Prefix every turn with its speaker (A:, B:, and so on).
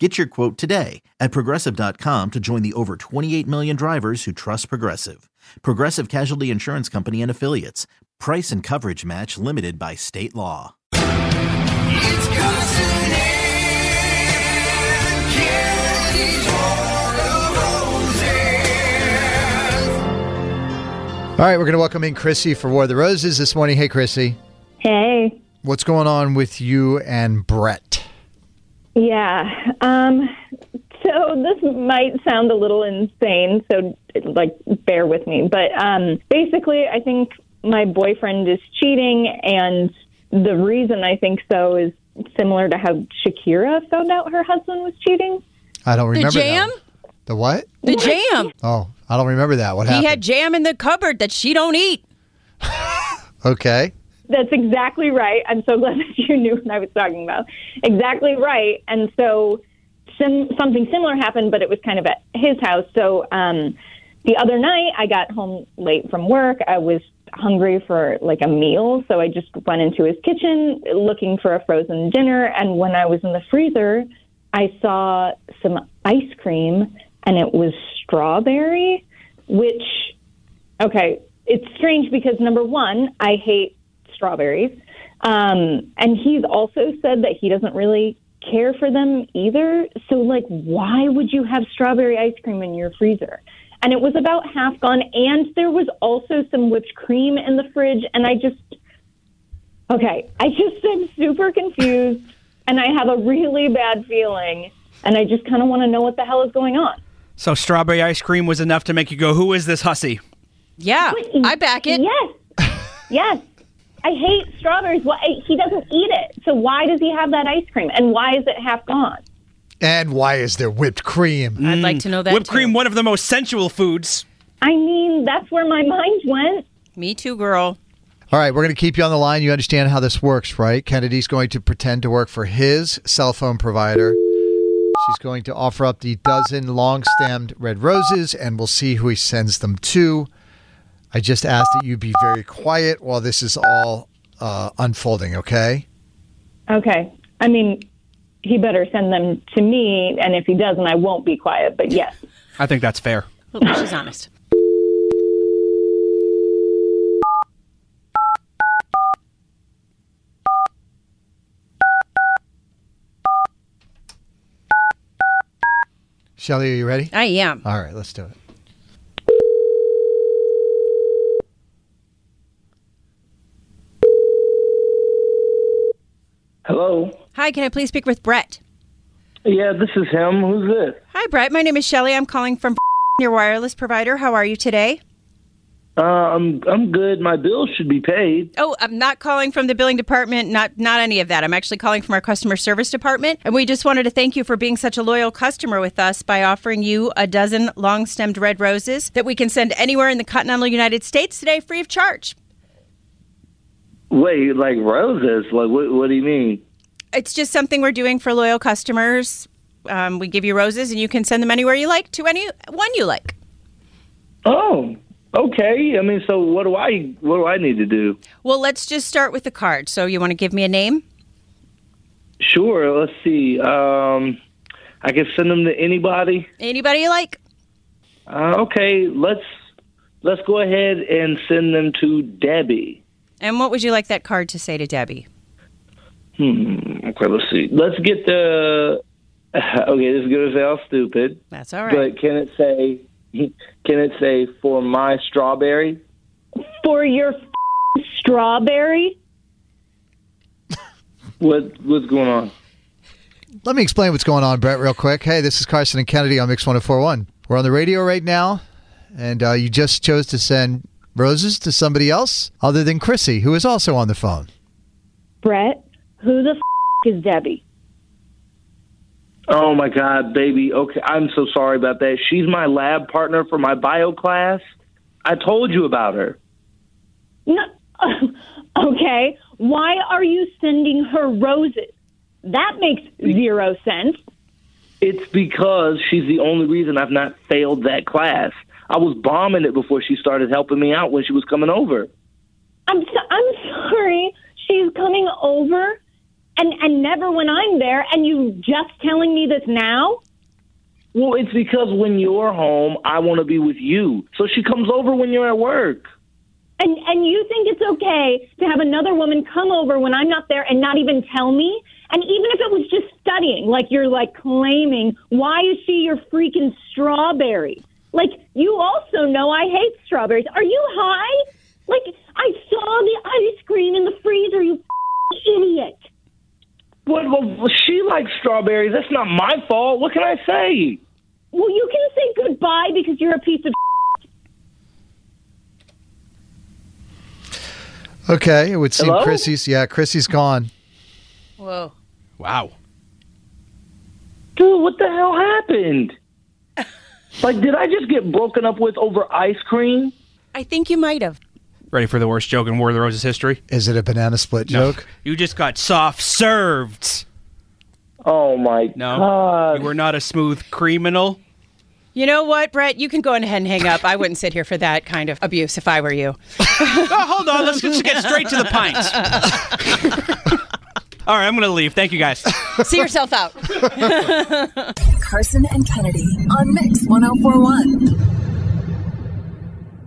A: Get your quote today at progressive.com to join the over 28 million drivers who trust Progressive. Progressive Casualty Insurance Company and Affiliates. Price and coverage match limited by state law.
B: It's cousin Ed, Candy's Roses.
C: All right, we're going to welcome in Chrissy for War of the Roses this morning. Hey, Chrissy,
D: Hey.
C: what's going on with you and Brett?
D: Yeah. Um, so this might sound a little insane, so like bear with me. But um, basically, I think my boyfriend is cheating, and the reason I think so is similar to how Shakira found out her husband was cheating.
C: I don't remember. that
E: jam?
C: one. The what?
E: The jam.
C: Oh, I don't remember that. What
E: He
C: happened?
E: had jam in the cupboard that she don't eat.
C: okay.
D: That's exactly right. I'm so glad that you knew what I was talking about. Exactly right. And so sim- something similar happened, but it was kind of at his house. So um, the other night, I got home late from work. I was hungry for like a meal. So I just went into his kitchen looking for a frozen dinner. And when I was in the freezer, I saw some ice cream and it was strawberry, which Okay. It's strange because number one, I hate strawberries. Um, and he's also said that he doesn't really care for them either. So, like, why would you have strawberry ice cream in your freezer? And it was about half gone. And there was also some whipped cream in the fridge. And I just, okay, I just am super confused. And I have a really bad feeling. And I just kind of want to know what the hell is going on.
F: So strawberry ice cream was enough to make you go, "Who is this hussy?"
E: Yeah, I back it.
D: Yes. yes. I hate strawberries. Why he doesn't eat it. So why does he have that ice cream? And why is it half gone?
C: And why is there whipped cream?
E: I'd like to know that.
F: Whipped
E: too.
F: cream, one of the most sensual foods.
D: I mean, that's where my mind went.
E: Me too, girl.
C: All right, we're going to keep you on the line. You understand how this works, right? Kennedy's going to pretend to work for his cell phone provider. She's going to offer up the dozen long stemmed red roses, and we'll see who he sends them to. I just ask that you be very quiet while this is all uh, unfolding, okay?
D: Okay. I mean, he better send them to me, and if he doesn't, I won't be quiet. But yes.
F: I think that's fair.
E: At least she's honest.
C: Shelly, are you ready?
E: I am.
C: All right, let's do it.
G: Hello.
E: Hi, can I please speak with Brett?
G: Yeah, this is him. Who's this?
E: Hi, Brett. My name is Shelly. I'm calling from your wireless provider. How are you today?
G: Uh, I'm I'm good. My bill should be paid.
E: Oh, I'm not calling from the billing department. Not not any of that. I'm actually calling from our customer service department, and we just wanted to thank you for being such a loyal customer with us by offering you a dozen long-stemmed red roses that we can send anywhere in the continental United States today, free of charge.
G: Wait, like roses? Like what? What do you mean?
E: It's just something we're doing for loyal customers. Um, we give you roses, and you can send them anywhere you like to any one you like.
G: Oh, okay. I mean, so what do I what do I need to do?
E: Well, let's just start with the card. So, you want to give me a name?
G: Sure. Let's see. Um, I can send them to anybody.
E: Anybody you like?
G: Uh, okay. Let's let's go ahead and send them to Debbie.
E: And what would you like that card to say to Debbie?
G: Hmm. Okay. Let's see. Let's get the. Okay, this is gonna sound stupid,
E: That's all right.
G: but can it say? Can it say for my strawberry?
D: For your f- strawberry?
G: What what's going on?
C: Let me explain what's going on, Brett, real quick. Hey, this is Carson and Kennedy on Mix 1041. We're on the radio right now, and uh, you just chose to send roses to somebody else other than Chrissy, who is also on the phone.
D: Brett, who the f- is Debbie?
G: Oh my god, baby. Okay, I'm so sorry about that. She's my lab partner for my bio class. I told you about her.
D: No, Okay. Why are you sending her roses? That makes zero sense.
G: It's because she's the only reason I've not failed that class. I was bombing it before she started helping me out when she was coming over.
D: I'm so, I'm sorry. She's coming over and and never when I'm there and you just telling me this now?
G: Well, it's because when you're home, I want to be with you. So she comes over when you're at work.
D: And and you think it's okay to have another woman come over when I'm not there and not even tell me? And even if it was just studying, like you're like claiming, why is she your freaking strawberry? Like you also know I hate strawberries. Are you high? Like I saw the ice cream in the freezer, you idiot.
G: What? Well, she likes strawberries. That's not my fault. What can I say?
D: Well, you can say goodbye because you're a piece of
C: Okay, it would seem
G: Hello?
C: Chrissy's. Yeah, Chrissy's gone.
E: Whoa.
F: Wow.
G: Dude, what the hell happened? like, did I just get broken up with over ice cream?
E: I think you might have.
F: Ready for the worst joke in War of the Roses history?
C: Is it a banana split joke?
F: You just got soft served.
G: Oh my
F: No.
G: god!
F: You were not a smooth criminal.
E: You know what, Brett? You can go ahead and hang up. I wouldn't sit here for that kind of abuse if I were you.
F: Oh, hold on. Let's just get straight to the pint. All right, I'm going to leave. Thank you, guys.
E: See yourself out.
H: Carson and Kennedy on Mix 1041.